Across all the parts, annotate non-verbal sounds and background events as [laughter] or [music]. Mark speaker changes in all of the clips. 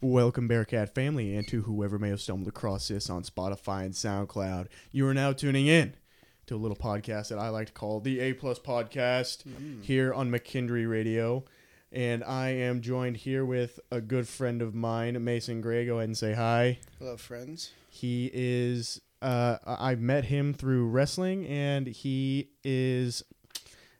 Speaker 1: Welcome, Bearcat family, and to whoever may have stumbled across this on Spotify and SoundCloud. You are now tuning in to a little podcast that I like to call the A Plus Podcast here on McKendree Radio. And I am joined here with a good friend of mine, Mason Gray. Go ahead and say hi.
Speaker 2: Hello, friends.
Speaker 1: He is. Uh, I I met him through wrestling, and he is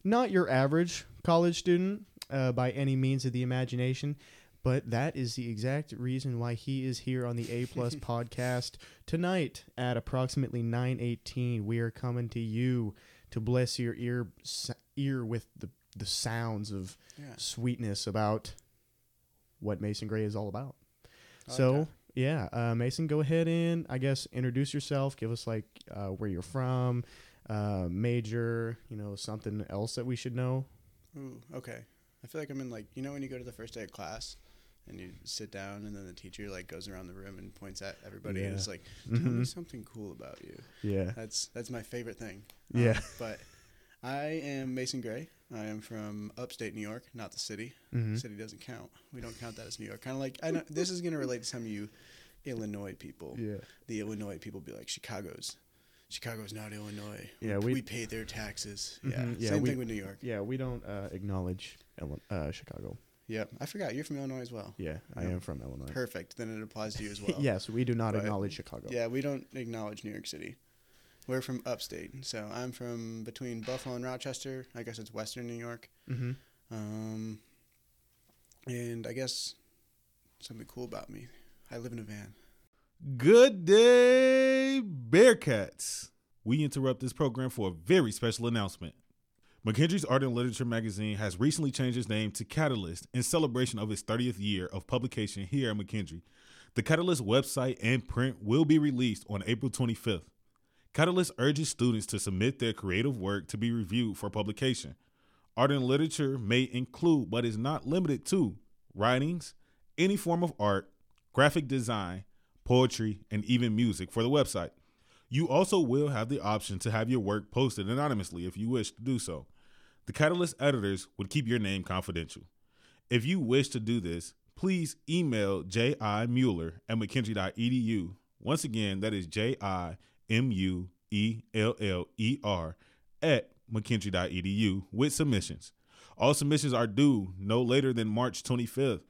Speaker 1: not your average college student uh, by any means of the imagination. But that is the exact reason why he is here on the A Plus podcast tonight at approximately nine eighteen. We are coming to you to bless your ear s- ear with the the sounds of
Speaker 2: Yeah.
Speaker 1: sweetness about what Mason Gray is all about.
Speaker 2: I like
Speaker 1: so
Speaker 2: that.
Speaker 1: yeah, uh, Mason, go ahead and I guess introduce yourself. Give us like uh, where you're from, uh, major, you know, something else that we should know.
Speaker 2: Ooh, okay. I feel like I'm in like you know when you go to the first day of class and you sit down and then the teacher like goes around the room and points at everybody and
Speaker 1: Yeah.
Speaker 2: is like, "Tell me
Speaker 1: Mhm.
Speaker 2: something cool about you."
Speaker 1: Yeah,
Speaker 2: That's that's my favorite thing. Um,
Speaker 1: Yeah.
Speaker 2: [laughs] But I am Mason Gray. I am from upstate New York, not the city.
Speaker 1: Mhm.
Speaker 2: City doesn't count. We don't count that as New York. Kind of like I know this is gonna relate to some of you Illinois people.
Speaker 1: yeah,
Speaker 2: the Illinois people be like Chicago's. Chicago's not Illinois.
Speaker 1: Yeah,
Speaker 2: we,
Speaker 1: we-
Speaker 2: we pay their taxes. Yeah,
Speaker 1: Mhm, yeah,
Speaker 2: same
Speaker 1: we-
Speaker 2: thing with New York.
Speaker 1: yeah. We don't uh, acknowledge Ele- uh, Chicago.
Speaker 2: Yep, I forgot you're from Illinois as well.
Speaker 1: Yeah, I
Speaker 2: Yeah.
Speaker 1: am from Illinois.
Speaker 2: Perfect. Then it applies to you as well.
Speaker 1: [laughs] yes, we do not
Speaker 2: But-
Speaker 1: acknowledge Chicago.
Speaker 2: Yeah, we don't acknowledge New York City. We're from upstate, so I'm from between Buffalo and Rochester. I guess it's Western New York.
Speaker 1: hmm
Speaker 2: Um, and I guess something cool about me, I live in a van.
Speaker 3: Good day, Bearcats. We interrupt this program for a very special announcement. McKendrie's Art and Literature magazine has recently changed its name to Catalyst in celebration of its 30th year of publication here at McKendree. The Catalyst website and print will be released on April 25th. Catalyst urges students to submit their creative work to be reviewed for publication. Art and literature may include, but is not limited to, writings, any form of art, graphic design, poetry, and even music for the website. You also will have the option to have your work posted anonymously if you wish to do so. The Catalyst editors would keep your name confidential. If you wish to do this, please email J.I. Mueller at mckinsey.edu. Once again, that is J.I. M U E L L E R at mckinsey.edu with submissions. All submissions are due no later than March 25th.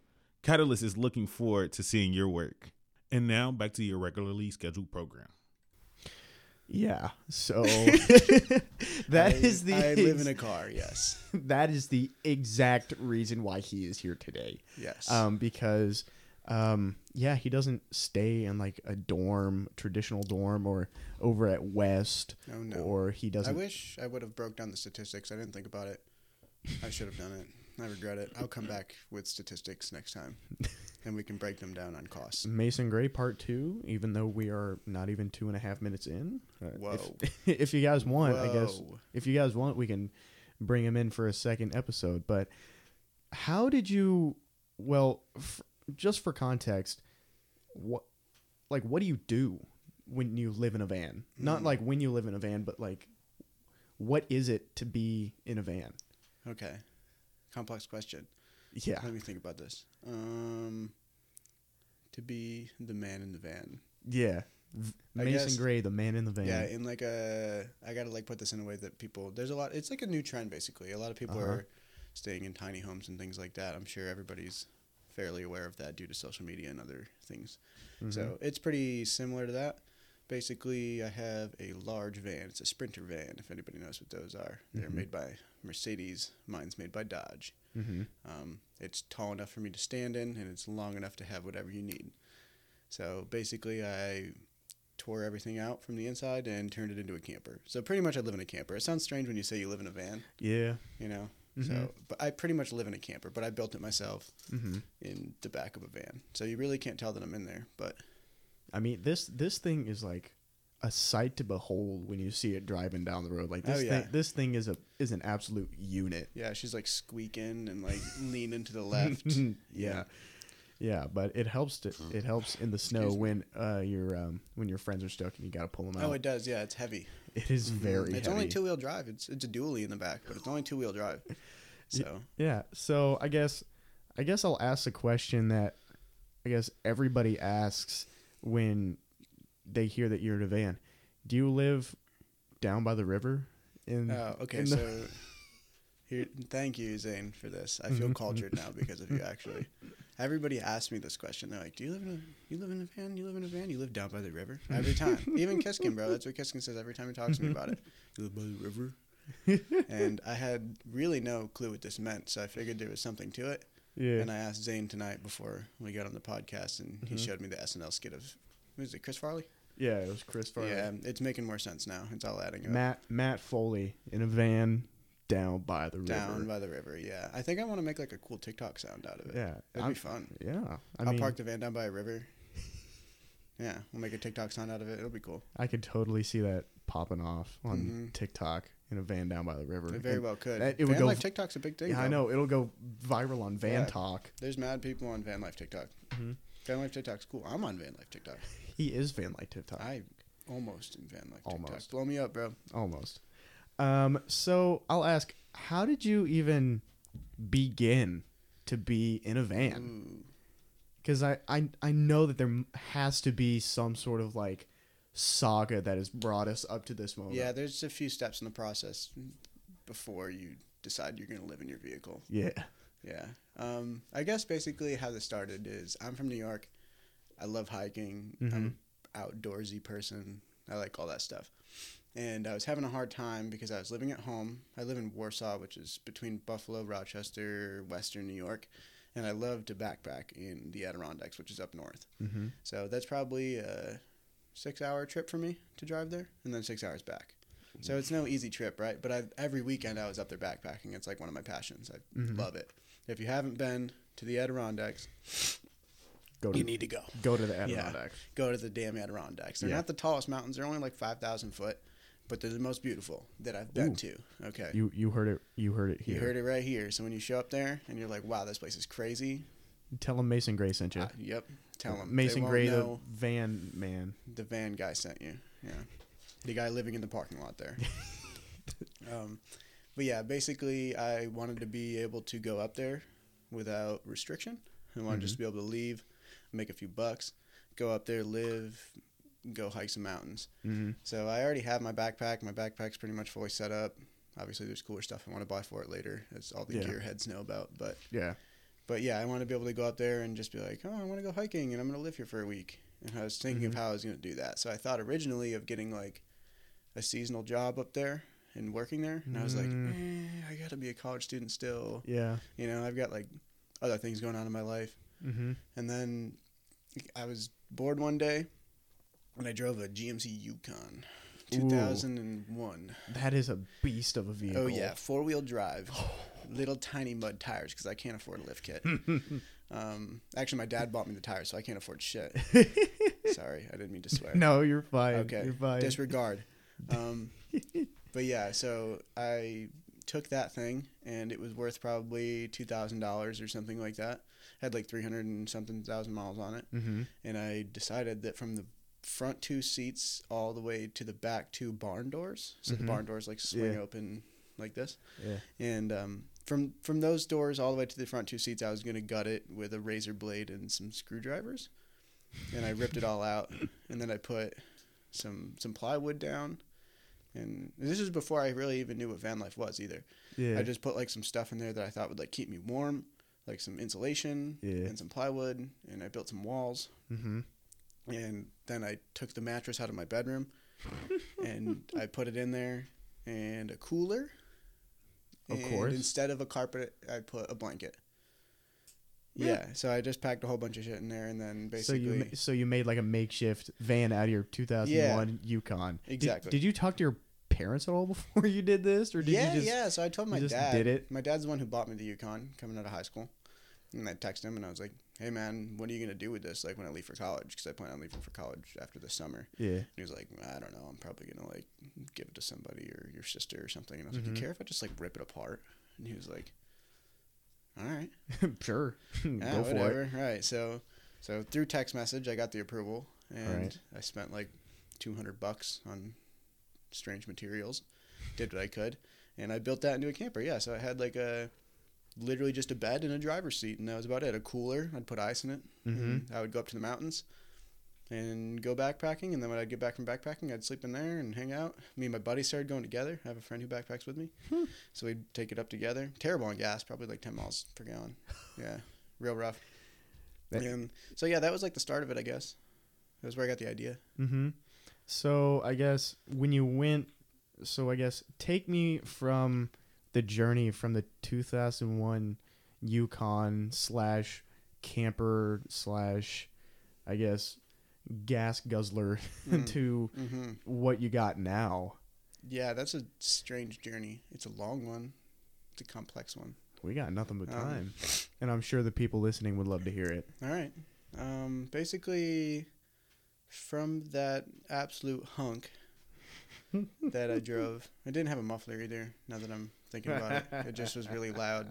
Speaker 3: Catalyst is looking forward to seeing your work. And now back to your regularly scheduled program.
Speaker 1: Yeah.
Speaker 2: [laughs]
Speaker 1: So [laughs] that
Speaker 2: I-
Speaker 1: is the
Speaker 2: I
Speaker 1: [laughs]
Speaker 2: live in a car. Yes,
Speaker 1: that is the exact reason why he is here today.
Speaker 2: yes.
Speaker 1: um, because um, yeah, he doesn't stay in like a dorm, traditional dorm, or over at West,
Speaker 2: Oh, no.
Speaker 1: or he
Speaker 2: I
Speaker 1: doesn't.
Speaker 2: wish I would have broke down the statistics. I didn't think about it. I should have done it. I regret it. I'll come back with statistics next
Speaker 1: [laughs]
Speaker 2: time, and we can break them down on costs.
Speaker 1: Mason Gray Part Two, even though we are not even two and a half minutes in. Uh, if-
Speaker 2: Whoa.
Speaker 1: [laughs] If, you guys want, I guess
Speaker 2: Whoa.
Speaker 1: if you guys want, we can bring him in for a second episode. But how did you? Well, f- just for context, what like what do you do when you live in a van? Not
Speaker 2: Hmm.
Speaker 1: like when you live in a van, but like what is it to be in a van?
Speaker 2: Okay, complex question.
Speaker 1: Yeah,
Speaker 2: Let me think about this. Um, to be the man in the van.
Speaker 1: yeah. V-
Speaker 2: I
Speaker 1: Mason
Speaker 2: guess-
Speaker 1: Gray, the man in the van.
Speaker 2: Yeah, in like a, I gotta like put this in a way that people. There's a lot. It's like a new trend basically. A lot of people
Speaker 1: Uh-huh.
Speaker 2: are staying in tiny homes and things like that. I'm sure everybody's fairly aware of that due to social media and other things.
Speaker 1: Mhm.
Speaker 2: So it's pretty similar to that. Basically, I have a large van. It's a Sprinter van, if anybody knows what those are. They're made by Mercedes. Mine's made by Dodge.
Speaker 1: Mhm.
Speaker 2: Um, it's tall enough for me to stand in, and it's long enough to have whatever you need. So basically, I tore everything out from the inside and turned it into a camper. So pretty much, I live in a camper. It sounds strange when you say you live in a van,
Speaker 1: yeah.
Speaker 2: you know. So, but I pretty much live in a camper. But I built it myself
Speaker 1: Mm-hmm.
Speaker 2: in the back of a van, so you really can't tell that I'm in there. But
Speaker 1: I mean this this thing is like a sight to behold when you see it driving down the road. Like this
Speaker 2: Oh, yeah.
Speaker 1: thing this thing is a is an absolute unit.
Speaker 2: Yeah, she's like squeaking and [laughs] like leaning to the left. [laughs]
Speaker 1: yeah. Yeah, but it helps to, it helps in the snow
Speaker 2: Excuse me.
Speaker 1: when uh your um when your friends are stuck and you got to pull them out.
Speaker 2: Oh, it does. Yeah, it's heavy.
Speaker 1: it is very
Speaker 2: It's
Speaker 1: heavy.
Speaker 2: only two wheel drive. It's it's a dually in the back, but it's only two wheel [laughs] drive. So
Speaker 1: Yeah. So I guess I guess I'll ask the question that I guess everybody asks when they hear that you're in a van, do you live down by the river? In,
Speaker 2: Oh, okay.
Speaker 1: in the-
Speaker 2: So, [laughs] here, thank you, Zane, for this. I feel cultured now because [laughs] of you. Actually, everybody asked me this question. They're like, "Do you live in a you live in a van? You live in a van? You live down by the river?" Every [laughs] time, even Kiskin, bro. That's what Kiskin says every time he talks to me about it. [laughs] You live by the river. and I had really no clue what this meant, so I figured there was something to it.
Speaker 1: [laughs] yeah, Mm-hmm.
Speaker 2: And I asked Zane tonight before we got on the podcast, and he showed me the SNL skit of who is it, Chris Farley?
Speaker 1: yeah, it was Chris Farley.
Speaker 2: Yeah, it's making more sense now. It's all adding up.
Speaker 1: Matt Matt Foley in a van down by the river.
Speaker 2: Down by the river, yeah. I think I want to make like a cool TikTok sound out of it.
Speaker 1: Yeah,
Speaker 2: That'd
Speaker 1: I'm-
Speaker 2: be fun.
Speaker 1: yeah. I
Speaker 2: I will
Speaker 1: mean,
Speaker 2: park the van down by a river. [laughs] yeah, we'll make a TikTok sound out of it. It'll be cool.
Speaker 1: I could totally see that popping off on
Speaker 2: Mhm.
Speaker 1: TikTok in a van down by the river.
Speaker 2: It very
Speaker 1: And-
Speaker 2: well could.
Speaker 1: that- it
Speaker 2: van
Speaker 1: would go
Speaker 2: life
Speaker 1: f-
Speaker 2: TikTok's a big thing.
Speaker 1: Yeah, I
Speaker 2: though.
Speaker 1: know it'll go viral on Van
Speaker 2: Yeah.
Speaker 1: Talk.
Speaker 2: There's mad people on van life TikTok.
Speaker 1: Mm-hmm.
Speaker 2: Van life TikTok's cool. I'm on van
Speaker 1: [laughs]
Speaker 2: life TikTok.
Speaker 1: He is Van Life TikTok.
Speaker 2: I almost in van life
Speaker 1: Almost.
Speaker 2: TikTok. Blow me up, bro.
Speaker 1: Almost. Um, so I'll ask, how did you even begin to be in a van?
Speaker 2: Ooh.
Speaker 1: Because I, I I know that there m- has to be some sort of like saga that has brought us up to this moment.
Speaker 2: Yeah, there's a few steps in the process before you decide you're going to live in your vehicle.
Speaker 1: Yeah.
Speaker 2: Yeah. Um, I guess basically how this started is I'm from New York. I love hiking. I'm an outdoorsy person. I like all that stuff. And I was having a hard time because I was living at home. I live in Warsaw, which is between Buffalo, Rochester, Western New York. And I love to backpack in the Adirondacks, which is up north.
Speaker 1: Mm-hmm.
Speaker 2: So that's probably a six hour trip for me to drive there and then six hours back. So it's no easy trip, right? But I, every weekend I was up there backpacking. It's like one of my passions. I
Speaker 1: Mm-hmm.
Speaker 2: love it. If you haven't been to the Adirondacks,
Speaker 1: Go to
Speaker 2: you need to go.
Speaker 1: go to the
Speaker 2: Yeah.
Speaker 1: Adirondacks.
Speaker 2: Go to the damn Adirondacks. They're
Speaker 1: Yeah.
Speaker 2: not the tallest mountains, they're only like 5,000 foot, but they're the most beautiful that I've been
Speaker 1: Ooh.
Speaker 2: to. Okay.
Speaker 1: You you heard it. You heard it
Speaker 2: You
Speaker 1: here.
Speaker 2: heard it right here. So when you show up there and you're like, wow, this place is crazy.
Speaker 1: Tell him Mason Gray sent you.
Speaker 2: uh, yep. Tell them.
Speaker 1: Mason Gray, the van man.
Speaker 2: the van guy sent you. Yeah, the guy living in the parking lot
Speaker 1: [laughs]
Speaker 2: there. um, but yeah, basically, I wanted to be able to go up there without restriction. I wanted just to
Speaker 1: Mm-hmm.
Speaker 2: be able to leave, make a few bucks, go up there, live, go hike some mountains.
Speaker 1: Mm-hmm.
Speaker 2: So I already have my backpack. My backpack's pretty much fully set up. Obviously, there's cooler stuff I want to buy for it later, as all the
Speaker 1: Yeah.
Speaker 2: gearheads know about. But
Speaker 1: Yeah.
Speaker 2: but yeah, I want to be able to go up there and just be like, oh, I want to go hiking and I'm going to live here for a week. And I was thinking of how I was going to do that. So I thought originally of getting like a seasonal job up there and working there. And I was like, eh, I got to be a college student still.
Speaker 1: Yeah.
Speaker 2: You know, I've got like other things going on in my life.
Speaker 1: Mm-hmm.
Speaker 2: And then I was bored one day and I drove a GMC Yukon. 2001.
Speaker 1: That is a beast of a vehicle.
Speaker 2: Oh yeah, four wheel drive, little tiny mud tires because I can't afford a lift kit. um, actually, my dad bought me the tires, so I can't
Speaker 1: [laughs]
Speaker 2: afford shit. Sorry, I didn't mean to
Speaker 1: [laughs]
Speaker 2: swear.
Speaker 1: No, you're fine.
Speaker 2: okay,
Speaker 1: You're fine.
Speaker 2: disregard.
Speaker 1: [laughs]
Speaker 2: Um, but yeah, so I took that thing, and it was worth probably two thousand dollars or something like that. Had like three hundred and something thousand miles on it,
Speaker 1: mm-hmm.
Speaker 2: and I decided that from the front two seats all the way to the back two barn doors, so
Speaker 1: Mhm.
Speaker 2: the barn doors like swing
Speaker 1: Yeah.
Speaker 2: open like this
Speaker 1: Yeah.
Speaker 2: and um, from from those doors all the way to the front two seats, I was gonna gut it with a razor blade and some screwdrivers, and I ripped it all out, and then I put some some plywood down, and this is before I really even knew what van life was either.
Speaker 1: Yeah.
Speaker 2: I just put like some stuff in there that I thought would like keep me warm, like some insulation
Speaker 1: Yeah.
Speaker 2: and some plywood, and I built some walls,
Speaker 1: mm-hmm.
Speaker 2: and then I took the mattress out of my bedroom,
Speaker 1: [laughs]
Speaker 2: and I put it in there, and a cooler.
Speaker 1: Of
Speaker 2: And
Speaker 1: course.
Speaker 2: Instead of a carpet, I put a blanket.
Speaker 1: Yeah.
Speaker 2: Yeah. So I just packed a whole bunch of shit in there, and then
Speaker 1: So
Speaker 2: basically,
Speaker 1: you ma- so you made like a makeshift van out of your 2001 Yukon. Did-
Speaker 2: Exactly.
Speaker 1: Did, you talk to your parents at all [laughs] before you did this, or did
Speaker 2: yeah,
Speaker 1: you just?
Speaker 2: yeah. So I told my
Speaker 1: you just
Speaker 2: dad.
Speaker 1: did it?
Speaker 2: My dad's the one who bought me the Yukon coming out of high school, and I texted him and I was like, "Hey man, what are you gonna do with this? Like when I leave for college? Because I plan on leaving for college after the summer."
Speaker 1: Yeah.
Speaker 2: And he was like, I don't know, I'm probably gonna like give it to somebody or your sister or something. And I was
Speaker 1: Mm-hmm.
Speaker 2: like, You care if I just like rip it apart? And he was like, All right,
Speaker 1: [laughs] sure.
Speaker 2: yeah,
Speaker 1: Go for
Speaker 2: Ah, whatever.
Speaker 1: it.
Speaker 2: Right. So, so through text message, I got the approval, and
Speaker 1: Alright.
Speaker 2: I spent like 200 bucks on strange materials. Did what I could, and I built that into a camper. Yeah. So I had like a literally just a bed and a driver's seat, and that was about it. A cooler, I'd put ice in it.
Speaker 1: Mm-hmm.
Speaker 2: and I would go up to the mountains and go backpacking, and then when I'd get back from backpacking, I'd sleep in there and hang out. Me and my buddy started going together. I have a friend who backpacks with me, so we'd take it up together. Terrible on gas, probably like ten miles per gallon. Yeah, real rough.
Speaker 1: That-
Speaker 2: And so yeah, that was like the start of it, I guess. That was where I got the idea.
Speaker 1: Mm-hmm. So I guess when you went, so I guess take me from the journey from the 2001 Yukon slash camper slash, I guess, gas guzzler [laughs]
Speaker 2: Mm.
Speaker 1: to
Speaker 2: hmm
Speaker 1: what you got now.
Speaker 2: Yeah, that's a strange journey. It's a long one. It's a complex one.
Speaker 1: We got nothing but
Speaker 2: Um.
Speaker 1: time, and I'm sure the people listening would love to hear it.
Speaker 2: All right. Um, basically, from that absolute hunk that I drove, I didn't have a muffler either. Now that I'm thinking about it, it just was really loud.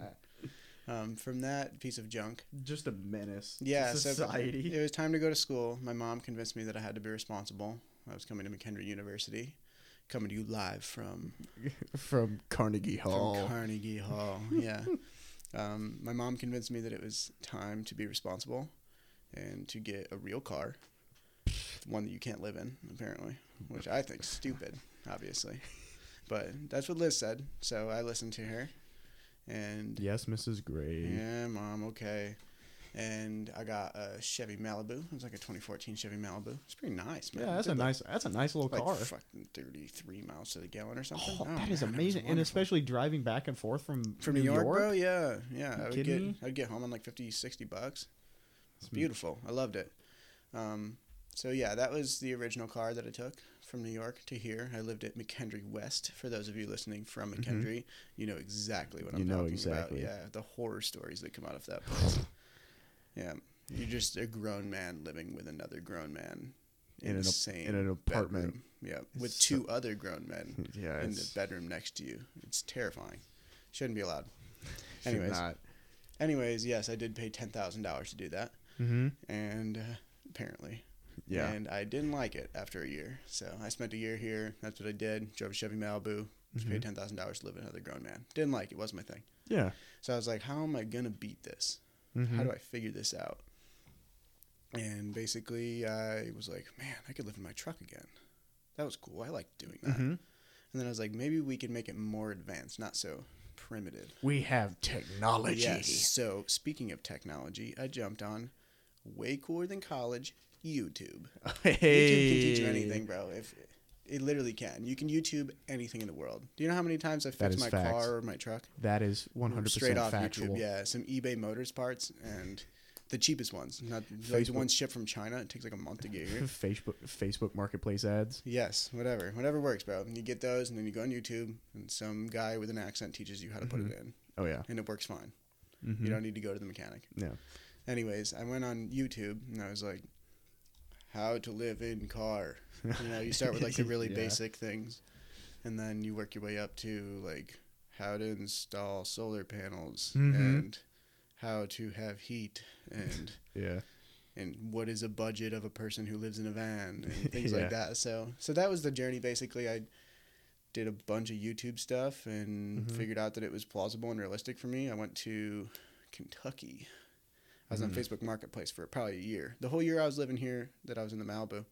Speaker 2: Um, from that piece of junk,
Speaker 1: Just a menace.
Speaker 2: yeah, so it was time to go to school. My mom convinced me that I had to be responsible. I was coming to McHenry University, coming to you live from
Speaker 1: from Carnegie Hall.
Speaker 2: From
Speaker 1: [laughs]
Speaker 2: Carnegie Hall, yeah. um, my mom convinced me that it was time to be responsible and to get a real car, one that you can't live in, apparently, which I think's stupid, obviously. But that's what Liz said, so I listened to her, and
Speaker 1: yes, Mrs. Gray.
Speaker 2: yeah, mom, okay. And I got a Chevy Malibu. It was like a 2014 Chevy Malibu. It's pretty nice, man.
Speaker 1: Yeah, that's
Speaker 2: It
Speaker 1: a
Speaker 2: did, like,
Speaker 1: nice. That's a nice little
Speaker 2: like
Speaker 1: car.
Speaker 2: fucking 33 miles to the gallon or something.
Speaker 1: Oh,
Speaker 2: Oh,
Speaker 1: that is
Speaker 2: man, it was
Speaker 1: amazing, and
Speaker 2: wonderful
Speaker 1: especially driving back and forth from
Speaker 2: from New York, bro. Yeah, yeah.
Speaker 1: You
Speaker 2: I would
Speaker 1: kidding
Speaker 2: get
Speaker 1: me?
Speaker 2: I'd get home on like 50, 60 bucks. It's
Speaker 1: Mm.
Speaker 2: beautiful. I loved it. Um, so yeah, that was the original car that I took from New York to here. I lived at McKendree West. For those of you listening from McKendree, you know exactly what I'm
Speaker 1: Mm-hmm. You know
Speaker 2: talking
Speaker 1: exactly.
Speaker 2: about. Yeah, the horror stories that come out of that place.
Speaker 1: [sighs]
Speaker 2: yeah, you're just a grown man living with another grown man in,
Speaker 1: In an
Speaker 2: the
Speaker 1: ap-
Speaker 2: same
Speaker 1: in an apartment.
Speaker 2: bedroom. Yeah, with
Speaker 1: It's so-
Speaker 2: two other grown
Speaker 1: [laughs]
Speaker 2: men
Speaker 1: Yeah,
Speaker 2: in the
Speaker 1: it's-
Speaker 2: bedroom next to you. It's terrifying. Shouldn't be allowed.
Speaker 1: should
Speaker 2: Anyways,
Speaker 1: not.
Speaker 2: anyways, yes, I did pay ten thousand dollars to do that,
Speaker 1: Mm-hmm.
Speaker 2: and uh, apparently,
Speaker 1: Yeah.
Speaker 2: and I didn't like it after a year. So I spent a year here. That's what I did. Drove a Chevy Malibu. Just
Speaker 1: Mm-hmm.
Speaker 2: paid ten thousand dollars to live with another grown man. Didn't like it. Wasn't my thing.
Speaker 1: yeah.
Speaker 2: So I was like, how am I gonna beat this?
Speaker 1: Mhm.
Speaker 2: How do I figure this out? And basically, I was like, man, I could live in my truck again. That was cool. I liked doing that.
Speaker 1: Mhm.
Speaker 2: And then I was like, maybe we could make it more advanced, not so primitive.
Speaker 1: We have technology.
Speaker 2: Yes. So speaking of technology, I jumped on way cooler than college YouTube. YouTube can teach
Speaker 1: Hey.
Speaker 2: you anything, bro. If it literally can, you can YouTube anything in the world. Do you know how many times I fixed
Speaker 1: is
Speaker 2: my
Speaker 1: facts.
Speaker 2: car or my truck?
Speaker 1: That is one hundred
Speaker 2: Straight
Speaker 1: percent
Speaker 2: off
Speaker 1: factual.
Speaker 2: YouTube. Yeah, some eBay Motors parts and the cheapest ones, not like the
Speaker 1: Facebook.
Speaker 2: ones shipped from China. It takes like a month to get
Speaker 1: [laughs] [laughs]
Speaker 2: here.
Speaker 1: Facebook Facebook Marketplace ads.
Speaker 2: Yes, whatever. Whatever works, bro. And you get those, and then you go on YouTube, and some guy with an accent teaches you how to put it in,
Speaker 1: Oh yeah.
Speaker 2: and it works fine.
Speaker 1: Mhm.
Speaker 2: You don't need to go to the mechanic.
Speaker 1: Yeah.
Speaker 2: Anyways, I went on YouTube and I was like, "How to live in car." You know, you start with like the
Speaker 1: [laughs]
Speaker 2: really
Speaker 1: Yeah.
Speaker 2: basic things, and then you work your way up to like how to install solar panels
Speaker 1: Mhm.
Speaker 2: and how to have heat and
Speaker 1: Yeah.
Speaker 2: and what is a budget of a person who lives in a
Speaker 1: [laughs]
Speaker 2: van and things
Speaker 1: Yeah.
Speaker 2: like that. So so that was the journey basically. I did a bunch of YouTube stuff and
Speaker 1: Mhm.
Speaker 2: figured out that it was plausible and realistic for me. I went to Kentucky. I was
Speaker 1: Mm.
Speaker 2: on Facebook Marketplace for probably a year. The whole year I was living here that I was in the Malibu,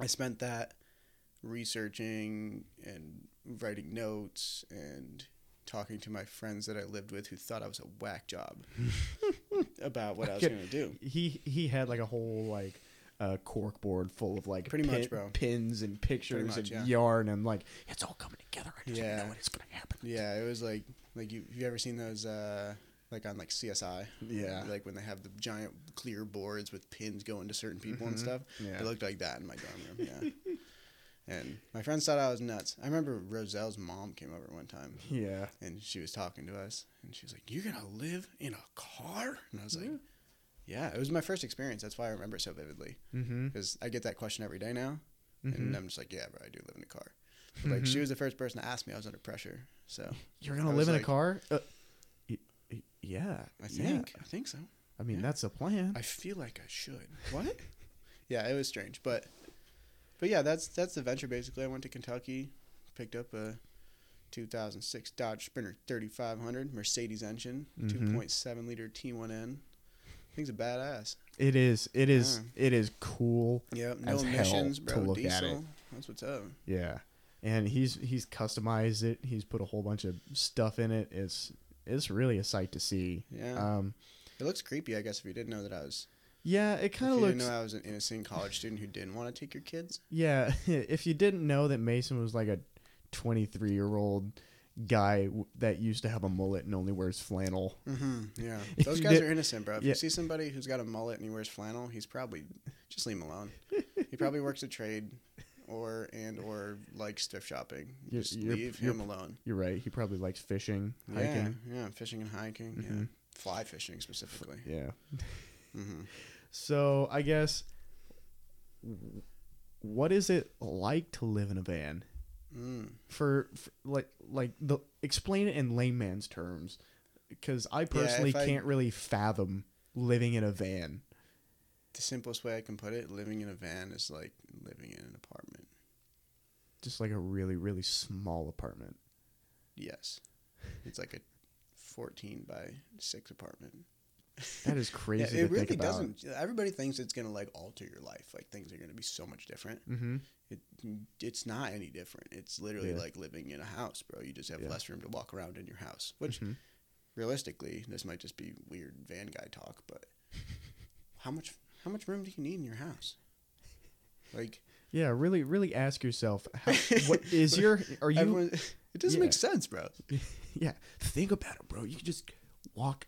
Speaker 2: I spent that researching and writing notes and talking to my friends that I lived with who thought I was a whack job
Speaker 1: [laughs]
Speaker 2: about what I was
Speaker 1: Okay.
Speaker 2: going to do.
Speaker 1: He he had like a whole like uh, cork board full of like
Speaker 2: Pretty much, bro.
Speaker 1: pins and pictures
Speaker 2: much,
Speaker 1: and
Speaker 2: yeah.
Speaker 1: yarn and like it's all coming together. I just
Speaker 2: Yeah.
Speaker 1: know it's gonna happen.
Speaker 2: Yeah, it was like like you have you ever seen those uh like on like CSI?
Speaker 1: Yeah.
Speaker 2: Like when they have the giant clear boards with pins going to certain people and stuff.
Speaker 1: Mm-hmm. Yeah.
Speaker 2: It looked like that in my dorm room, yeah. [laughs] and my friends thought I was nuts. I remember Roselle's mom came over one time
Speaker 1: [laughs] Yeah.
Speaker 2: and she was talking to us and she was like, You're gonna live in a car? And I was like, Yeah, it was my first experience. That's why I remember it so vividly.
Speaker 1: Mm-hmm.
Speaker 2: Because I get that question every day now.
Speaker 1: Mhm.
Speaker 2: And I'm just like, Yeah, bro, I do live in a car. But like she was the first person to ask me, I was under pressure. So
Speaker 1: Mm-hmm. You're
Speaker 2: I
Speaker 1: gonna
Speaker 2: was
Speaker 1: live in a
Speaker 2: like-
Speaker 1: car? Uh, y- y- yeah,
Speaker 2: I
Speaker 1: yeah.
Speaker 2: think. I think so.
Speaker 1: I mean,
Speaker 2: yeah.
Speaker 1: that's a plan.
Speaker 2: I feel like I should. What? yeah, it was strange, but but yeah, that's that's the venture basically. I went to Kentucky, picked up a 2006 Dodge Sprinter 3500 Mercedes engine,
Speaker 1: Mhm.
Speaker 2: 2.7 liter T1N. Thing's a badass.
Speaker 1: It is. It is. It is cool.
Speaker 2: Yep, no
Speaker 1: As hell
Speaker 2: emissions,
Speaker 1: to
Speaker 2: bro.
Speaker 1: look at
Speaker 2: diesel.
Speaker 1: it.
Speaker 2: That's what's up.
Speaker 1: Yeah, and he's he's customized it. He's put a whole bunch of stuff in it. It's it's really a sight to see.
Speaker 2: Yeah,
Speaker 1: Um,
Speaker 2: it looks creepy. I guess if you didn't know that I was,
Speaker 1: yeah, it kind
Speaker 2: if
Speaker 1: of
Speaker 2: you
Speaker 1: looks.
Speaker 2: didn't know I was an innocent college student who didn't want to take your kids.
Speaker 1: Yeah, [laughs] if you didn't know that Mason was like a 23 year old guy w- that used to have a mullet and only wears flannel.
Speaker 2: Mm-hmm. [laughs] Yeah,
Speaker 1: If
Speaker 2: those
Speaker 1: you
Speaker 2: guys
Speaker 1: did-
Speaker 2: are innocent, bro. If
Speaker 1: Yeah.
Speaker 2: you see somebody who's got a mullet and he wears flannel, he's probably just leave him alone. he probably works a trade, or and or likes thrift shopping.
Speaker 1: You're-
Speaker 2: just
Speaker 1: you're-
Speaker 2: leave
Speaker 1: you're
Speaker 2: him alone.
Speaker 1: You're right. He probably likes fishing, hiking. Mm-hmm.
Speaker 2: Yeah, yeah, fishing and hiking. Yeah, fly fishing specifically.
Speaker 1: Yeah.
Speaker 2: Mm-hmm.
Speaker 1: So I guess w- what is it like to live in a van?
Speaker 2: Mm.
Speaker 1: For, for like like the explain it in layman's terms because I personally
Speaker 2: if I-
Speaker 1: can't really fathom living in a van.
Speaker 2: The simplest way I can put it: living in a van is like living in an apartment.
Speaker 1: Just like a really really small
Speaker 2: [laughs]
Speaker 1: apartment.
Speaker 2: Yes, it's like a fourteen by six apartment. [laughs]
Speaker 1: That is crazy
Speaker 2: Yeah,
Speaker 1: to
Speaker 2: it really
Speaker 1: think about.
Speaker 2: doesn't. Everybody thinks it's gonna like alter your life. Like things are gonna be so much different.
Speaker 1: Mm-hmm.
Speaker 2: It it's not any different. It's literally
Speaker 1: Yeah.
Speaker 2: like living in a house, bro. You just have
Speaker 1: Yeah.
Speaker 2: less room to walk around in your house. Which
Speaker 1: Mhm.
Speaker 2: realistically, this might just be weird van guy talk, but
Speaker 1: [laughs]
Speaker 2: how much how much room do you need in your house? Like
Speaker 1: Yeah, really, really ask yourself,
Speaker 2: [laughs]
Speaker 1: how, what is your? Are you?
Speaker 2: everyone, [laughs] it doesn't
Speaker 1: Yeah.
Speaker 2: make sense, bro.
Speaker 1: [laughs] yeah, think about it, bro. You could just walk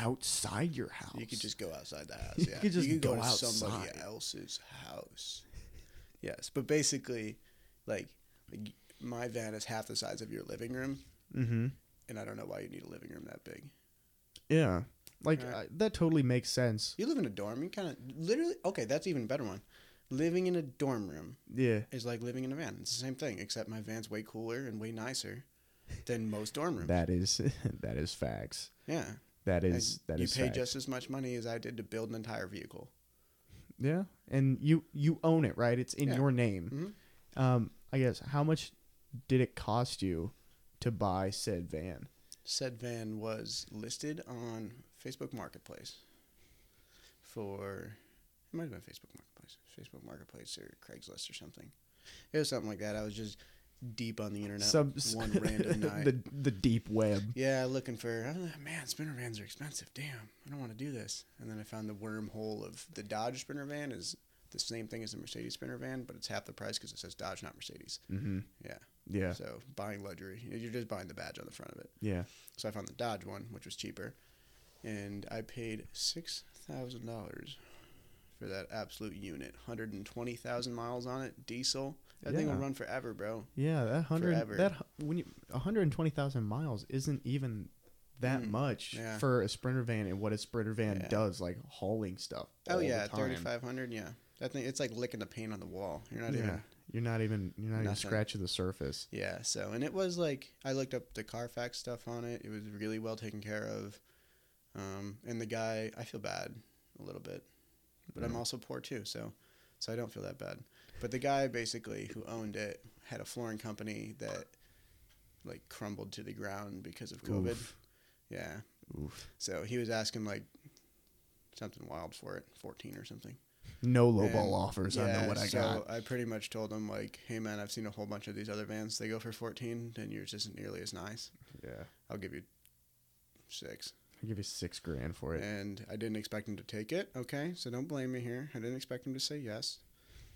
Speaker 1: outside your house.
Speaker 2: You could just go outside the house.
Speaker 1: [laughs] You
Speaker 2: Yeah.
Speaker 1: could just go
Speaker 2: to somebody
Speaker 1: outside.
Speaker 2: else's house. Yes, but basically, like, like my van is half the size of your living room,
Speaker 1: Mm-hmm.
Speaker 2: and I don't know why you need a living room that big.
Speaker 1: Yeah, like
Speaker 2: Right.
Speaker 1: I, that totally makes sense.
Speaker 2: You live in a dorm. You kind of literally. Okay, that's even a better one. Living in a dorm room
Speaker 1: Yeah,
Speaker 2: is like living in a van. It's the same thing, except my van's way cooler and way nicer than most dorm rooms.
Speaker 1: that is [laughs] that is facts.
Speaker 2: yeah,
Speaker 1: That
Speaker 2: And
Speaker 1: is that is
Speaker 2: you pay
Speaker 1: facts.
Speaker 2: just as much money as I did to build an entire vehicle.
Speaker 1: yeah, and you you own it, right? It's in
Speaker 2: Yeah.
Speaker 1: your name.
Speaker 2: Mhm.
Speaker 1: Um, I guess how much did it cost you to buy said van?
Speaker 2: said van was listed on Facebook Marketplace for it might have been Facebook Marketplace, Facebook Marketplace or Craigslist or something. It was something like that. I was just deep on the internet
Speaker 1: Sub-
Speaker 2: one
Speaker 1: [laughs]
Speaker 2: random night.
Speaker 1: the the deep
Speaker 2: [laughs]
Speaker 1: web.
Speaker 2: yeah, looking for I was like, man, spinner vans are expensive. Damn, I don't want to do this. And then I found the wormhole of the Dodge spinner van is the same thing as the Mercedes spinner van, but it's half the price because it says Dodge, not Mercedes.
Speaker 1: Mm-hmm.
Speaker 2: Yeah.
Speaker 1: Yeah,
Speaker 2: So buying luxury, you're just buying the badge on the front of it.
Speaker 1: yeah.
Speaker 2: So I found the Dodge one, which was cheaper, and I paid six thousand dollars for that absolute unit. Hundred and twenty thousand miles on it, diesel. That thing will
Speaker 1: Yeah.
Speaker 2: run forever, bro.
Speaker 1: Yeah, that hundred
Speaker 2: Forever.
Speaker 1: that hu- when you one hundred and twenty thousand miles isn't even that
Speaker 2: Mm,
Speaker 1: much
Speaker 2: yeah.
Speaker 1: for a sprinter van and what a sprinter van
Speaker 2: Yeah.
Speaker 1: does, like hauling stuff.
Speaker 2: Oh
Speaker 1: all the
Speaker 2: yeah,
Speaker 1: time.
Speaker 2: thirty five hundred. Yeah, that thing. It's like licking the paint on the wall. You're not
Speaker 1: Yeah,
Speaker 2: even.
Speaker 1: you're not even you're not even
Speaker 2: Nothing.
Speaker 1: scratching the surface.
Speaker 2: Yeah. So and it was like I looked up the Carfax stuff on it. It was really well taken care of. Um, and the guy, I feel bad a little bit, but I'm also poor too, so so I don't feel that bad. But the guy basically who owned it had a flooring company that like crumbled to the ground because of COVID.
Speaker 1: Oof.
Speaker 2: Yeah.
Speaker 1: Oof.
Speaker 2: So he was asking like something wild for it, fourteen or something.
Speaker 1: No lowball
Speaker 2: And-
Speaker 1: offers. I know what I
Speaker 2: so
Speaker 1: got.
Speaker 2: I pretty much told him like, "Hey man, I've seen a whole bunch of these other vans. They go for 14, and yours isn't nearly as nice.
Speaker 1: Yeah,
Speaker 2: I'll give you six.
Speaker 1: I give you six grand for it.
Speaker 2: And I didn't expect him to take it. Okay, so don't blame me here. I didn't expect him to say yes.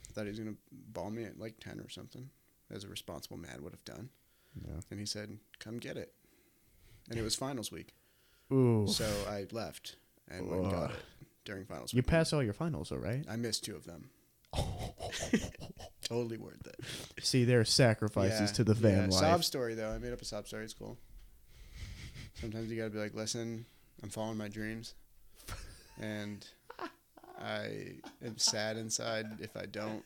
Speaker 2: I thought he was gonna ball me at like 10 or something, as a responsible man would have done.
Speaker 1: Yeah.
Speaker 2: And he said, "Come get it." And it was finals week,
Speaker 1: Ooh,
Speaker 2: so I left and went and got it during finals.
Speaker 1: you
Speaker 2: week.
Speaker 1: pass all your finals, though, right?
Speaker 2: I missed two
Speaker 1: [laughs]
Speaker 2: of them. [laughs] Totally worth it.
Speaker 1: See, there are sacrifices
Speaker 2: Yeah,
Speaker 1: to the van
Speaker 2: yeah. Sob
Speaker 1: life.
Speaker 2: story though. I made up a sob story. It's cool. Sometimes you gotta be like, listen, I'm following my dreams, and I am sad inside if I don't.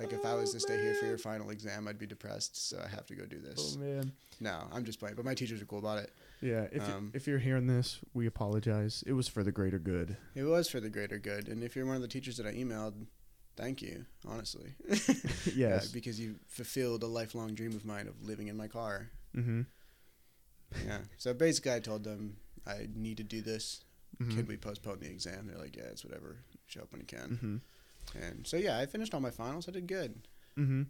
Speaker 2: Like if I was to stay here for your final exam, I'd be depressed. So I have to go do
Speaker 1: Oh
Speaker 2: this.
Speaker 1: man.
Speaker 2: no, I'm just playing. But my teachers are cool about it.
Speaker 1: Yeah. If you-
Speaker 2: Um,
Speaker 1: if you're hearing this, we apologize. It was for the greater good.
Speaker 2: It was for the greater good. And if you're one of the teachers that I emailed, thank you, honestly. [laughs]
Speaker 1: Yes.
Speaker 2: Uh, because you fulfilled a lifelong dream of mine of living in my car
Speaker 1: Mm-hmm.
Speaker 2: Yeah. So basically, I told them I need to do this.
Speaker 1: Mhm.
Speaker 2: Can we postpone the exam? They're like, yeah, it's whatever. Show up when you can.
Speaker 1: Mm-hmm.
Speaker 2: And so yeah, I finished all my finals. I did good.
Speaker 1: Mm-hmm.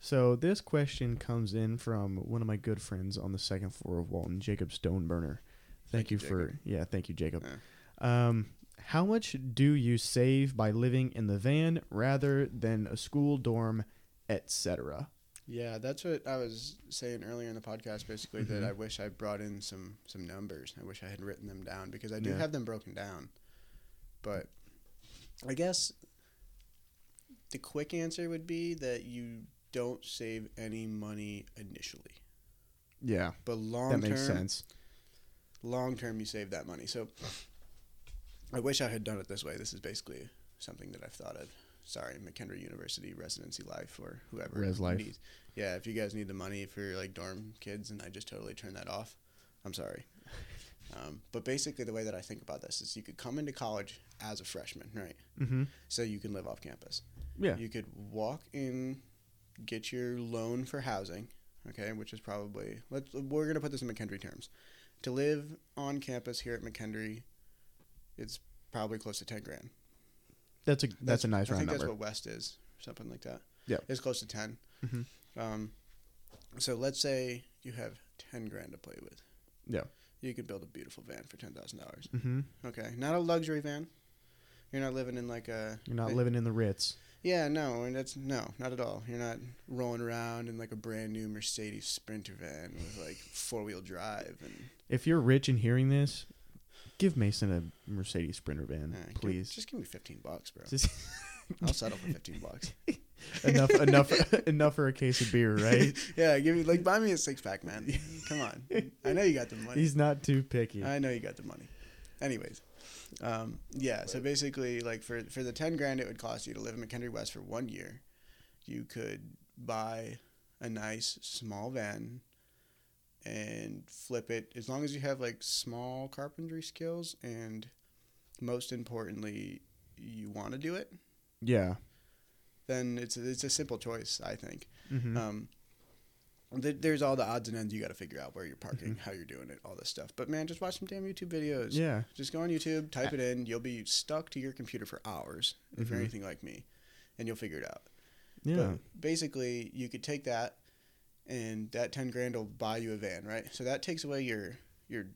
Speaker 1: So this question comes in from one of my good friends on the second floor of Walton, Jacob Stoneburner. Thank,
Speaker 2: Thank
Speaker 1: you
Speaker 2: you,
Speaker 1: for yeah, thank you, Jacob.
Speaker 2: Yeah.
Speaker 1: Um, how much do you save by living in the van rather than a school dorm, etc.?
Speaker 2: Yeah, that's what I was saying earlier in the podcast. Basically,
Speaker 1: Mhm.
Speaker 2: that I wish I brought in some some numbers. I wish I had written them down because I do
Speaker 1: Yeah.
Speaker 2: have them broken down. But I guess the quick answer would be that you don't save any money initially,
Speaker 1: Yeah,
Speaker 2: but long
Speaker 1: that
Speaker 2: term,
Speaker 1: makes sense.
Speaker 2: long term you save that money. So I wish I had done it this way. This is basically something that I've thought of. Sorry, McKendree University residency life or whoever
Speaker 1: Res life.
Speaker 2: needs- Yeah, if you guys need the money for like dorm kids, and I just totally turned that off. I'm sorry. Um, but basically, the way that I think about this is you could come into college as a freshman, right?
Speaker 1: Mm-hmm.
Speaker 2: So you can live off campus.
Speaker 1: Yeah.
Speaker 2: You could walk in, get your loan for housing, okay, which is probably let's we're gonna put this in McKendree terms. To live on campus here at McKendree, it's probably close to ten grand.
Speaker 1: That's a that's, a nice
Speaker 2: I
Speaker 1: round
Speaker 2: think
Speaker 1: number.
Speaker 2: that's what West is, something like that.
Speaker 1: Yep.
Speaker 2: it's close to 10
Speaker 1: Mhm.
Speaker 2: Um, so let's say you have ten grand to play with.
Speaker 1: Yeah.
Speaker 2: you could build a beautiful van for ten thousand dollars.
Speaker 1: mm-hmm.
Speaker 2: Okay, not a luxury van. You're not living in like a
Speaker 1: You're not
Speaker 2: I-
Speaker 1: living in the Ritz.
Speaker 2: yeah, no, and that's no, not at all. You're not rolling around in like a brand new Mercedes Sprinter van with like four wheel drive and
Speaker 1: If you're rich and hearing this, give Mason a Mercedes Sprinter van,
Speaker 2: uh, give-
Speaker 1: Mm, please.
Speaker 2: just give me fifteen bucks, bro.
Speaker 1: Just- [laughs]
Speaker 2: I'll settle for fifteen bucks.
Speaker 1: enough enough [laughs] enough for a case of beer, [laughs] right?
Speaker 2: [laughs] yeah, give me like buy me a six pack, man. Come on, I know you got the money.
Speaker 1: He's not too picky.
Speaker 2: I know you got the money. Anyways, um, yeah. So basically, like for for the ten grand it would cost you to live in McKendree West for one year, you could buy a nice small van and flip it. As long as you have like small carpentry skills and most importantly, you want to do it,
Speaker 1: yeah.
Speaker 2: then it's a, it's a simple choice, I think.
Speaker 1: Mm-hmm.
Speaker 2: Um, th- there's all the odds and ends you got to figure out where you're parking, how you're doing it, all this stuff. But man, just watch some damn YouTube videos.
Speaker 1: yeah.
Speaker 2: Just go on YouTube, type it in. You'll be stuck to your computer for hours if you're
Speaker 1: Mhm.
Speaker 2: anything like me, and you'll figure it out.
Speaker 1: Yeah.
Speaker 2: But basically, you could take that, and that ten grand will buy you a van, right? So that takes away your your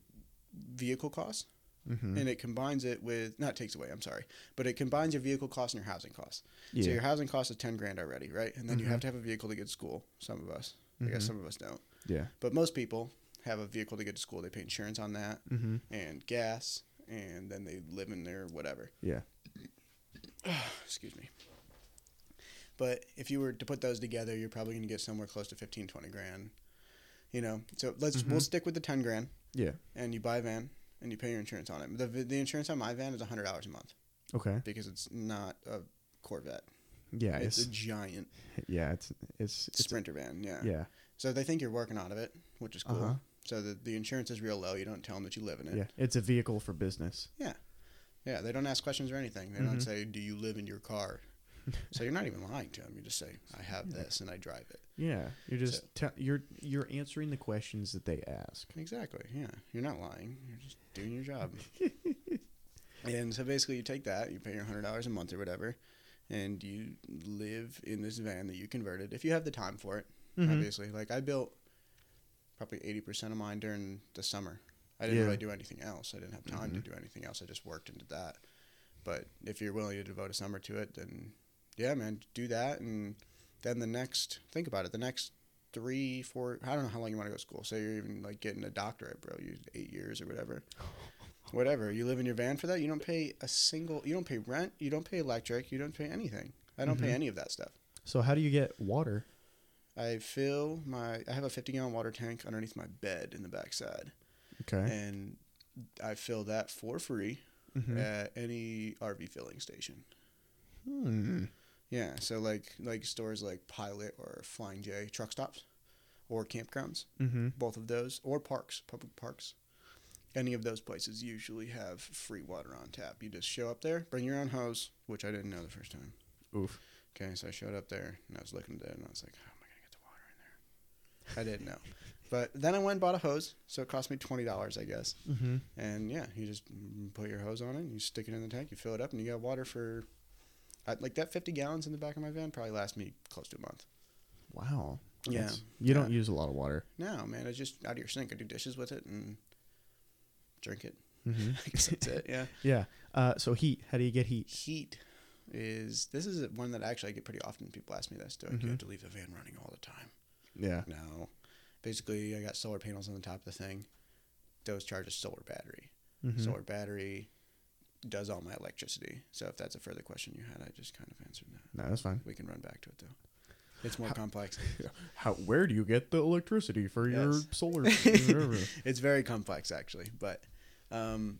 Speaker 2: vehicle costs,
Speaker 1: mm-hmm.
Speaker 2: and it combines it with not takes away. I'm sorry, but it combines your vehicle costs and your housing costs.
Speaker 1: yeah.
Speaker 2: So your housing cost is ten grand already, right? And then
Speaker 1: Mhm.
Speaker 2: you have to have a vehicle to get to school. Some of us, I
Speaker 1: Mhm.
Speaker 2: guess, some of us don't,
Speaker 1: yeah.
Speaker 2: but most people have a vehicle to get to school. They pay insurance on that
Speaker 1: Mm-hmm.
Speaker 2: and gas, and then they live in their whatever.
Speaker 1: Yeah.
Speaker 2: [sighs] Excuse me. But if you were to put those together, you're probably going to get somewhere close to 15, 20 grand. You know, so let's we'll
Speaker 1: Mhm.
Speaker 2: stick with the 10 grand,
Speaker 1: Yeah.
Speaker 2: and you buy a van and you pay your insurance on it. The, the insurance on my van is $100 a month
Speaker 1: Okay.
Speaker 2: because it's not a Corvette.
Speaker 1: Yeah.
Speaker 2: It's,
Speaker 1: It's,
Speaker 2: a giant
Speaker 1: yeah. It's it's, it's
Speaker 2: Sprinter van. Yeah.
Speaker 1: yeah.
Speaker 2: So they think you're working out of it, which is cool.
Speaker 1: Uh-huh.
Speaker 2: So the, the insurance is real low. You don't tell them that you live in it.
Speaker 1: Yeah. It's a vehicle for business.
Speaker 2: Yeah, they don't ask questions or anything. They
Speaker 1: Mhm.
Speaker 2: don't say, "Do you live in your car?" so you're not even lying to them. You just say, "I have this and I drive it."
Speaker 1: Yeah. You're just te- you're you're answering the questions that they ask.
Speaker 2: Exactly. Yeah, you're not lying. You're just doing your job. and so basically, you take that, you pay your hundred dollars a month or whatever, and you live in this van that you converted if you have the time for it.
Speaker 1: Mhm.
Speaker 2: Obviously, like I built probably eighty percent of mine during the summer. I didn't
Speaker 1: Yeah.
Speaker 2: really do anything else. I didn't have time to do anything else. I just worked into that. But if you're willing to devote a summer to it, then yeah, man, do that. And then the next, think about it, the next three, four, I don't know how long you want to go to school. Say you're even like getting a doctorate, bro, you eight years or whatever. Whatever. You live in your van for that. You don't pay a single, you don't pay rent, you don't pay electric, you don't pay anything. I don't pay any of that stuff.
Speaker 1: So how do you get water?
Speaker 2: I fill my, I have a 50 gallon water tank underneath my bed in the backside.
Speaker 1: Okay.
Speaker 2: And I fill that for free
Speaker 1: Mhm.
Speaker 2: at any RV filling station.
Speaker 1: Hmm.
Speaker 2: Yeah, so like like stores like Pilot or Flying J, truck stops, or campgrounds,
Speaker 1: Mm-hmm.
Speaker 2: both of those, or parks, public parks. Any of those places usually have free water on tap. You just show up there, bring your own hose, which I didn't know the first time.
Speaker 1: Oof.
Speaker 2: Okay, so I showed up there and I was looking at it and I was like, how am I gonna get the water in there? I didn't know. But then I went and bought a hose, so it cost me twenty dollars, I guess.
Speaker 1: Mm-hmm.
Speaker 2: And yeah, you just put your hose on it, you stick it in the tank, you fill it up, and you got water for I, like that fifty gallons in the back of my van probably lasts me close to a month.
Speaker 1: Wow.
Speaker 2: Yeah.
Speaker 1: That's- you don't use a lot of water.
Speaker 2: No, man, it's just out of your sink. I do dishes with it and drink it. [laughs]
Speaker 1: hmm
Speaker 2: I guess that's it. Yeah.
Speaker 1: Yeah. Uh, so heat. How do you get heat?
Speaker 2: Heat is this is one that actually I get pretty often. People ask me this: Do I do you have to leave the van running all the time?
Speaker 1: Yeah.
Speaker 2: No. Basically, I got solar panels on the top of the thing. Those charge a solar battery.
Speaker 1: Mhm.
Speaker 2: Solar battery does all my electricity. So if that's a further question you had, I just kind of answered that.
Speaker 1: No, that's fine.
Speaker 2: We can run back to it though. It's
Speaker 1: [laughs]
Speaker 2: more complex. [laughs]
Speaker 1: How? Where do you get the electricity for your
Speaker 2: Yes. [laughs]
Speaker 1: solar? whatever?
Speaker 2: it's very complex actually but um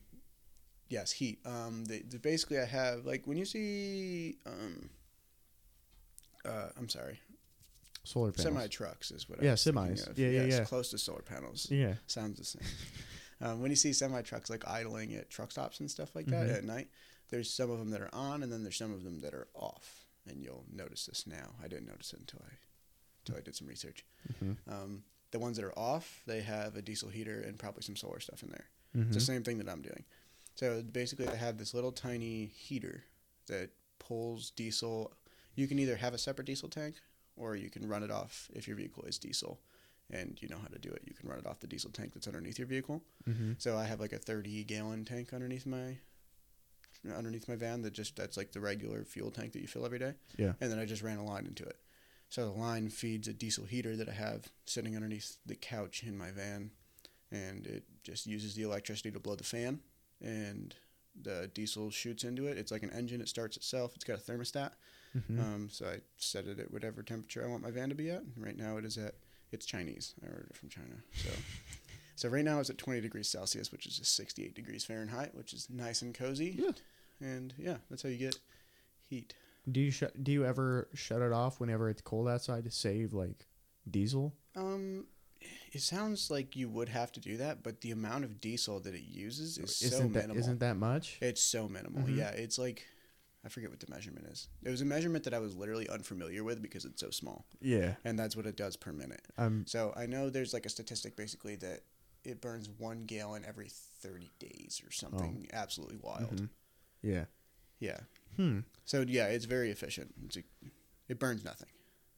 Speaker 2: yes heat um they, they- basically i have like when you see um uh i'm sorry
Speaker 1: Solar panels.
Speaker 2: semi trucks is what I
Speaker 1: Yeah,
Speaker 2: was thinking
Speaker 1: semis.
Speaker 2: of.
Speaker 1: Yeah, yeah,
Speaker 2: it's
Speaker 1: yeah.
Speaker 2: close to solar panels
Speaker 1: Yeah.
Speaker 2: [laughs] sounds the same um, when you see semi trucks like idling at truck stops and stuff like that
Speaker 1: Mhm.
Speaker 2: at night there's some of them that are on and then there's some of them that are off and you'll notice this now i didn't notice it until i until i did some research
Speaker 1: Mhm.
Speaker 2: um, the ones that are off they have a diesel heater and probably some solar stuff in there
Speaker 1: Mhm.
Speaker 2: it's the same thing that I'm doing. So basically, I have this little tiny heater that pulls diesel. You can either have a separate diesel tank, or you can run it off if your vehicle is diesel, and you know how to do it. You can run it off the diesel tank that's underneath your vehicle.
Speaker 1: Mhm.
Speaker 2: So I have like a 30 gallon tank underneath my underneath my van that just that's like the regular fuel tank that you fill every day.
Speaker 1: Yeah.
Speaker 2: And then I just ran a line into it. So the line feeds a diesel heater that I have sitting underneath the couch in my van and it just uses the electricity to blow the fan and the diesel shoots into it. It's like an engine, it starts itself. It's got a thermostat.
Speaker 1: Mhm.
Speaker 2: Um, so I set it at whatever temperature I want my van to be at. Right now it is at it's Chinese. I ordered it from China.
Speaker 1: [laughs]
Speaker 2: So so right now it's at 20 degrees Celsius, which is just 68 degrees Fahrenheit, which is nice and cozy.
Speaker 1: Yeah.
Speaker 2: And yeah, that's how you get heat.
Speaker 1: Do you shut? Do you ever shut it off whenever it's cold outside to save like diesel?
Speaker 2: Um it sounds like you would have to do that, but the amount of diesel that it uses is so
Speaker 1: isn't that
Speaker 2: minimal.
Speaker 1: not that much?
Speaker 2: It's so minimal.
Speaker 1: Mhm.
Speaker 2: Yeah, it's like I forget what the measurement is. It was a measurement that I was literally unfamiliar with because it's so small,
Speaker 1: yeah.
Speaker 2: and that's what it does per minute.
Speaker 1: Um.
Speaker 2: So I know there's like a statistic basically that it burns one gallon every 30 days or something
Speaker 1: Oh.
Speaker 2: absolutely wild.
Speaker 1: mhm. Yeah.
Speaker 2: Yeah.
Speaker 1: Hmm.
Speaker 2: So yeah, it's very efficient. It's a, it burns nothing.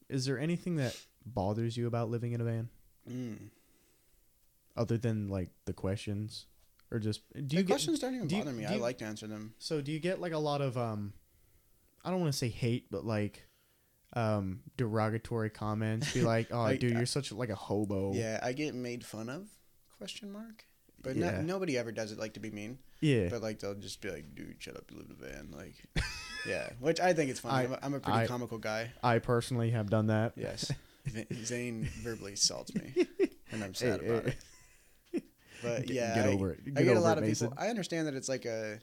Speaker 1: Is there anything that bothers you about living in a van
Speaker 2: Mm.
Speaker 1: other than like the questions, or just do you
Speaker 2: the
Speaker 1: get
Speaker 2: questions don't even
Speaker 1: do you-
Speaker 2: bother me.
Speaker 1: do
Speaker 2: I
Speaker 1: you-
Speaker 2: like to answer them.
Speaker 1: So do you get like a lot of um I don't want to say hate, but like um derogatory comments be like,
Speaker 2: [laughs]
Speaker 1: "Oh,
Speaker 2: I-
Speaker 1: dude,
Speaker 2: I-
Speaker 1: you're such like a hobo."
Speaker 2: uh, Yeah, I get made fun of? Question mark. But
Speaker 1: Yeah.
Speaker 2: no, nobody ever does it like to be mean.
Speaker 1: Yeah.
Speaker 2: But like they'll just be like, "Dude, shut up! You live in a van." Like,
Speaker 1: [laughs]
Speaker 2: yeah, which I think it's funny.
Speaker 1: I-
Speaker 2: I, am a, I'm a pretty
Speaker 1: I-
Speaker 2: comical guy.
Speaker 1: I personally have done that. [laughs]
Speaker 2: Yes, V- [laughs] Zane verbally assaults me, and I'm sad
Speaker 1: Hey,
Speaker 2: about
Speaker 1: hey.
Speaker 2: it. But
Speaker 1: Get-
Speaker 2: yeah,
Speaker 1: get
Speaker 2: I,
Speaker 1: over it. Get
Speaker 2: I get
Speaker 1: over
Speaker 2: a lot
Speaker 1: it,
Speaker 2: of
Speaker 1: Mason.
Speaker 2: people. uh, I understand that it's like a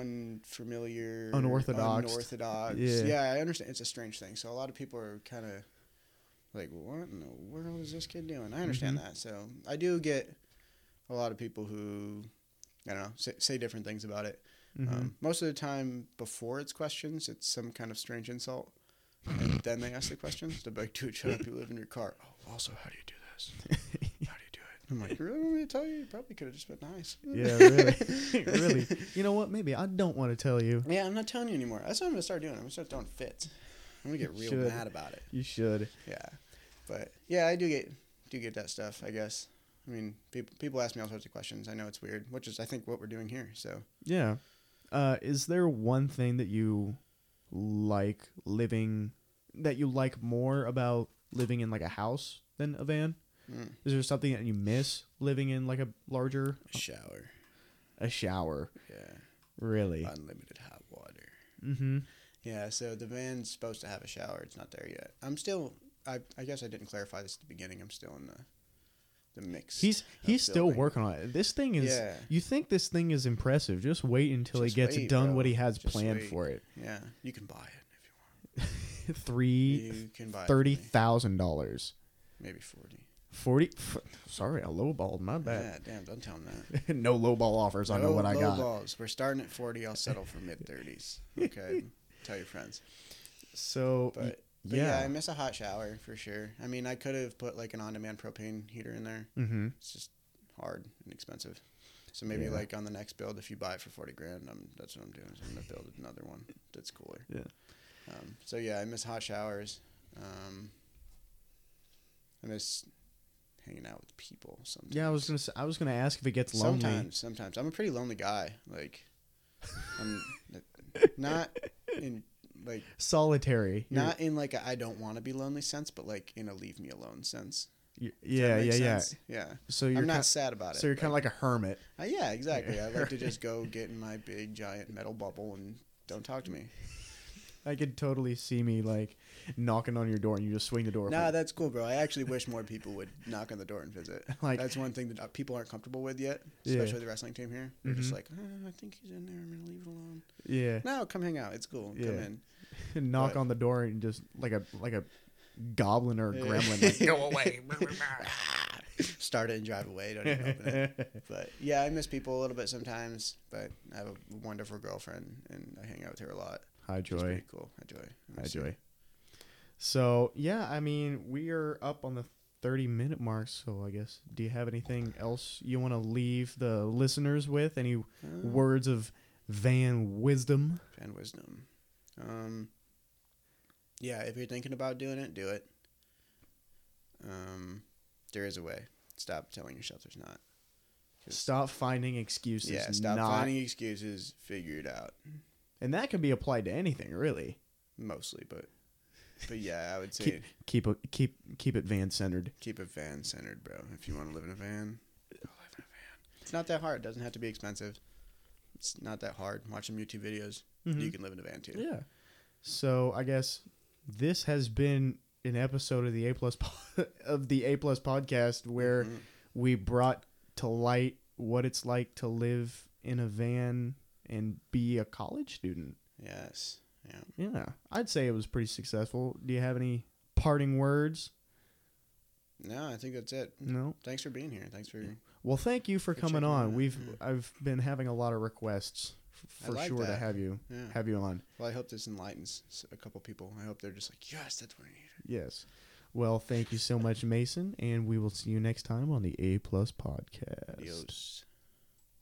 Speaker 2: unfamiliar,
Speaker 1: Unorthodox.
Speaker 2: unorthodox.
Speaker 1: Yeah.
Speaker 2: Yeah. I understand. It's a strange thing. So a lot of people are kind of like, "What in the world is this kid doing?" I understand
Speaker 1: Mm-hmm.
Speaker 2: that. So I do get a lot of people who I don't know say, say different things about it.
Speaker 1: Mhm.
Speaker 2: Um, most of the time, before it's questions, it's some kind of strange insult. And then they ask the questions. They're like, dude, shut up, you live in your car. Oh, also, how do you do
Speaker 1: [laughs]
Speaker 2: this? How do you do it? I'm like, you really want me to tell you? You probably could have just been nice. [laughs]
Speaker 1: yeah, really. really. [laughs] You know what? Maybe I don't want to tell you.
Speaker 2: Yeah, I'm not telling you anymore. That's what I'm going to start doing. I'm going to start throwing fits. I'm going to get
Speaker 1: You
Speaker 2: real
Speaker 1: should.
Speaker 2: mad about it.
Speaker 1: You should.
Speaker 2: Yeah. But yeah, I do get do get that stuff, I guess. I mean, people people ask me all sorts of questions. I know it's weird, which is I think what we're doing here. So,
Speaker 1: Yeah. Uh is there one thing that you like living that you like more about living in like a house than a van?
Speaker 2: mm.
Speaker 1: Is there something that you miss living in like a larger
Speaker 2: shower.
Speaker 1: a shower?
Speaker 2: Yeah.
Speaker 1: Really?
Speaker 2: Unlimited hot water.
Speaker 1: mm-hmm.
Speaker 2: Yeah, so the van's supposed to have a shower. It's not there yet. I'm still. I I guess I didn't clarify this at the beginning. I'm still in the the mix.
Speaker 1: He's
Speaker 2: of
Speaker 1: he's still
Speaker 2: building.
Speaker 1: working on it. This thing is.
Speaker 2: Yeah.
Speaker 1: You think this thing is impressive? Just wait until he
Speaker 2: Just
Speaker 1: gets
Speaker 2: wait,
Speaker 1: done
Speaker 2: bro.
Speaker 1: what he has
Speaker 2: Just
Speaker 1: planned
Speaker 2: wait.
Speaker 1: for it. [laughs]
Speaker 2: Yeah, you can buy it if you want.
Speaker 1: Three
Speaker 2: You can buy it for
Speaker 1: thirty
Speaker 2: me.
Speaker 1: thousand dollars.
Speaker 2: maybe forty.
Speaker 1: Forty. F- sorry, I lowballed my bad.
Speaker 2: Yeah, damn, don't tell him that.
Speaker 1: [laughs] no lowball offers. I know
Speaker 2: No
Speaker 1: what I
Speaker 2: low
Speaker 1: got.
Speaker 2: Balls. We're starting
Speaker 1: [laughs]
Speaker 2: at forty. I'll settle for mid thirties. Okay, tell your friends.
Speaker 1: So y-
Speaker 2: But But yeah.
Speaker 3: Yeah.
Speaker 2: I miss a hot shower for sure. I mean, I could have put like an on-demand propane heater in there.
Speaker 1: Mm-hmm.
Speaker 2: It's just hard and expensive. So maybe
Speaker 3: Yeah.
Speaker 2: like on the next build, if you buy it for forty grand, I'm, that's what I'm doing. Is I'm gonna build another one that's cooler.
Speaker 1: Yeah.
Speaker 2: Um, so yeah, I miss hot showers. Um, I miss hanging out with people sometimes.
Speaker 1: Yeah, I was gonna. Say, I was gonna ask if it gets lonely.
Speaker 2: Sometimes, sometimes I'm a pretty lonely guy. Like, I'm
Speaker 1: [laughs]
Speaker 2: not in like
Speaker 1: Solitary. You're-
Speaker 2: not in like a I don't want to be lonely sense, but like in a leave me alone sense.
Speaker 1: you're-
Speaker 2: Does that
Speaker 1: yeah, yeah,
Speaker 2: make
Speaker 1: yeah.
Speaker 2: sense? yeah.
Speaker 1: So you're
Speaker 2: I'm not
Speaker 1: kind,
Speaker 2: sad about it.
Speaker 1: so you're kind of like a hermit.
Speaker 2: Uh, yeah, exactly. I like to
Speaker 1: [laughs]
Speaker 2: just go get in my big giant metal bubble and don't talk to me.
Speaker 1: I could totally see me like knocking on your door and you just swing the door.
Speaker 2: Nah,
Speaker 1: open.
Speaker 2: that's cool, bro. I actually wish more people would knock on the door and visit.
Speaker 1: [laughs] Like-
Speaker 2: that's one thing that uh, people aren't comfortable with yet,
Speaker 1: Yeah.
Speaker 2: especially the wrestling team here. They're just
Speaker 1: Mhm.
Speaker 2: like, "Uh, I think he's in there. I'm gonna leave it alone. [laughs]
Speaker 1: yeah,
Speaker 2: No, come hang out. It's cool. Come
Speaker 1: Yeah.
Speaker 2: in.
Speaker 1: [laughs] knock
Speaker 2: but-
Speaker 1: on the door and just like a like a goblin or a
Speaker 2: Yeah. [laughs]
Speaker 1: gremlin. Like,
Speaker 2: Go away.
Speaker 1: [laughs]
Speaker 2: [laughs] Start it and drive away. Don't even open it. But yeah, I miss people a little bit sometimes. But I have a wonderful girlfriend, and I hang out with her a lot.
Speaker 1: [laughs] Hi,
Speaker 2: She's
Speaker 1: Joy.
Speaker 2: pretty cool. I joy.
Speaker 1: Hi,
Speaker 2: miss her.
Speaker 1: Joy. So yeah, I mean we are up on the thirty minute mark. So I guess do you have anything else you want to leave the listeners with? Any
Speaker 2: Uh,
Speaker 1: words of van wisdom?
Speaker 2: and wisdom. Um, yeah, if you're thinking about doing it, do it. Um, there is a way. Stop telling yourself there's not. 'Cause-
Speaker 1: Stop finding excuses.
Speaker 2: yeah, stop
Speaker 1: not-
Speaker 2: finding excuses. Figure it out.
Speaker 1: and that can be applied to anything, really.
Speaker 2: Mostly, but but yeah, I would say
Speaker 1: Keep
Speaker 2: keep,
Speaker 1: keep a, keep keep it van centered.
Speaker 2: it van centered, bro. If you want to live in a van, go live in a van. It's not that hard. It doesn't have to be expensive. It's not that hard. Watch some YouTube videos. You can live in a van too.
Speaker 1: Mm-hmm. Yeah. So I guess this has been an episode of the A plus [laughs] po- of the A plus podcast where
Speaker 2: Mhm.
Speaker 1: we brought to light what it's like to live in a van and be a college student.
Speaker 2: Yes. Yeah.
Speaker 1: Yeah, I'd say it was pretty successful. Do you have any parting words?
Speaker 2: No, I think that's it.
Speaker 1: No.
Speaker 2: Thanks for being here. Thanks for
Speaker 1: Well, thank you for
Speaker 2: For
Speaker 1: coming
Speaker 2: checking
Speaker 1: on.
Speaker 2: it out,
Speaker 1: We've
Speaker 2: yeah.
Speaker 1: I've been having a lot of requests
Speaker 2: I
Speaker 1: f- for
Speaker 2: like
Speaker 1: sure to
Speaker 2: that.
Speaker 1: have you
Speaker 2: yeah.
Speaker 1: have you on.
Speaker 2: Well, I hope this enlightens s- a couple people. I hope they're just like, yes, that's what I need.
Speaker 1: Yes. Well, thank you so much, Mason, and we will see you next time on the A Plus Podcast.
Speaker 2: Adios.